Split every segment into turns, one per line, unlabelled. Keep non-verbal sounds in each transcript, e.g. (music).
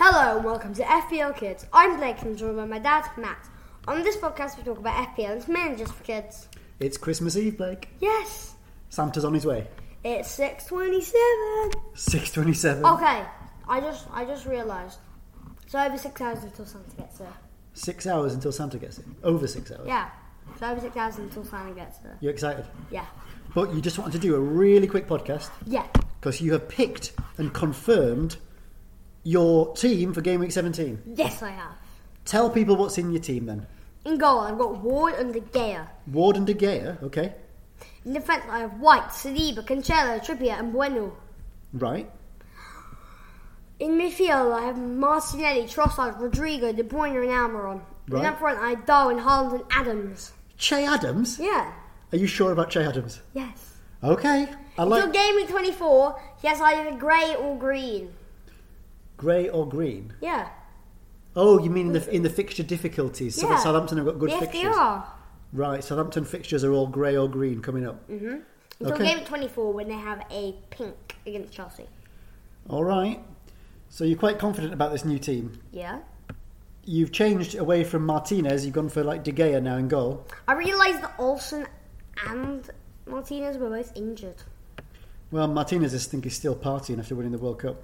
and welcome to FPL Kids. I'm Blake and I'm joined by my dad, Matt. On this podcast, we talk about FPL and it's mainly just for kids.
It's Christmas Eve, Blake.
Yes,
Santa's on his way.
it's six twenty-seven.
627.
Okay, I just I just realised. So over six hours until Santa gets there.
Six hours until Santa gets in. Over six hours.
Yeah, so over six hours until Santa gets there.
You're excited.
Yeah,
But you just wanted to do a really quick podcast
yeah,
because you have picked and confirmed your team for game week 17.
yes, I have.
Tell people what's in your team then.
In goal, I've got Ward and De Gea.
Ward and De Gea, okay.
In defence, I have White, Saliba, Cancelo, Trippier, and Bueno.
Right.
In midfield, I have Martinelli, Trossard, Rodrigo, De Bruyne, and Almiron.
Right.
And up front, I have Darwin, Haaland, and Adams.
Che Adams?
Yeah.
Are you sure about Che Adams?
Yes.
Okay. I
Until
like
game week 24, he has either grey or green.
grey or green.
Yeah.
Oh, you mean in the, in the fixture difficulties? So
Yeah.
that Southampton have got good
yes,
fixtures.
they are.
Right, Southampton fixtures are all grey or green coming up.
Until
Okay.
game week 24, when they have a pink against Chelsea.
All right. So you're quite confident about this new team.
Yeah.
You've changed away from Martinez. You've gone for like De Gea now in goal.
I realised that Olsen and Martinez were both injured.
Well, Martinez is think he's still partying after winning the World Cup.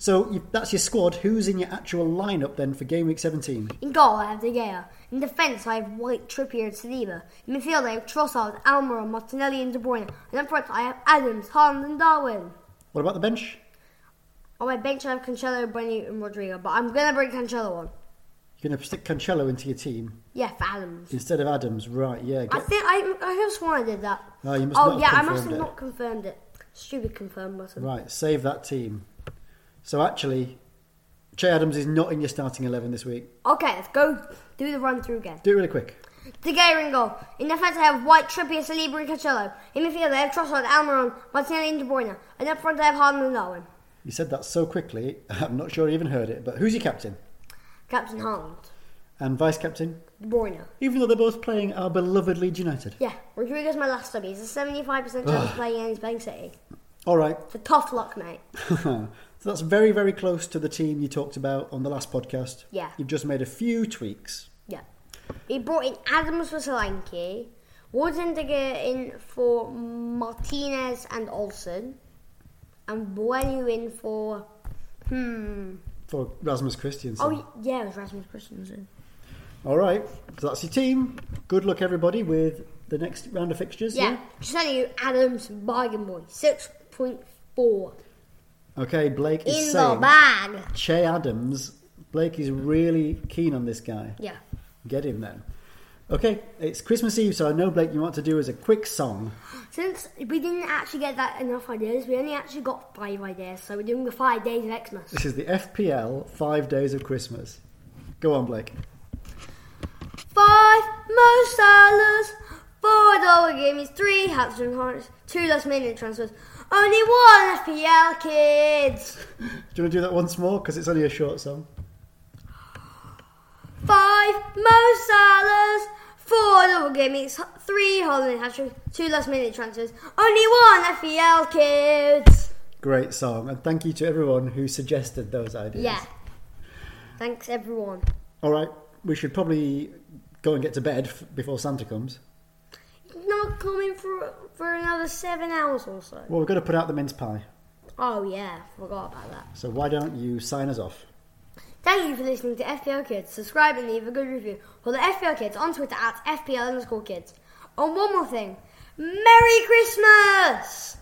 so you, that's your squad. Who's in your actual lineup then for game week 17?
In goal, I have De Gea. In defence, I have White, Trippier, and Saliba. In midfield, I have Trossard, Almiron, Martinelli, and De Bruyne. And up front, I have Adams, Haaland, and Darwin.
What about the bench?
On my bench, I have Cancelo, Brenu, and Rodrigo. But I'm gonna bring Cancelo on.
You're going to stick Cancelo into your team
Yeah, for Adams.
instead of Adams, right? Yeah.
I
Get,
think I I have sworn I did that.
Oh, you must
oh
not have
yeah, I must
confirmed
have
it.
not confirmed it. Stupid confirm button.
right. Save that team. So actually, Che Adams is not in your starting eleven this week.
Okay, let's go do the run through again.
Do it really quick.
De Gea in goal. In defence, I have White, Trippier, Saliba, and Cancelo. In midfield, I have Trossard, Almiron, Martinelli, and De Bruyne. And up front, I have Haaland and Darwin.
You said that so quickly. (laughs) I'm not sure I even heard it. But who's your captain
Captain Haaland.
and vice captain?
De Bruyne.
Even though they're both playing our beloved Leeds United.
Yeah, Rodrigo's my last sub. He's a 75% chance of playing against Bank City.
All right. (laughs)
It's a tough luck, mate.
so that's very, very close to the team you talked about on the last podcast.
Yeah.
You've just made a few tweaks.
Yeah. He brought in Adams for Solanke, Ward and De Gea in for Martinez and Olsen, and Buenu in for. Hmm.
For Rasmus Christiansen.
Oh, yeah, it was Rasmus Christensen.
All right, so that's your team. Good luck, everybody, with the next round of fixtures.
Yeah, just telling you, Adams, bargain boy, 6.4.
Okay, Blake
In
is
the
saying
bag.
Che Adams. Blake is really keen on this guy.
Yeah.
Get him then. Okay, it's Christmas Eve, so I know Blake. You want to do is a quick song.
Since we didn't actually get that enough ideas, we only actually got five ideas, so we're doing the five days of Xmas.
(laughs) This is the FPL Five Days of Christmas. Go on, Blake.
Five most dollars, four dollar games, three hats and hearts, two last minute transfers, only one FPL kids.
Do you want to do that once more? Because it's only a short song.
Five most dollars, four double games, three holiday hat tricks, two last minute transfers, only one FPL kids.
Great song, and thank you to everyone who suggested those ideas.
Yeah. Thanks everyone.
All right, we should probably go and get to bed f- before Santa comes.
Not coming for for another seven hours or so.
Well, we've got to put out the mince pie.
Oh yeah, forgot about that.
So why don't you sign us off?
Thank you for listening to FPL Kids. Subscribe and leave a good review. Follow FPL Kids on Twitter at FPL underscore kids. And one more thing. Merry Christmas!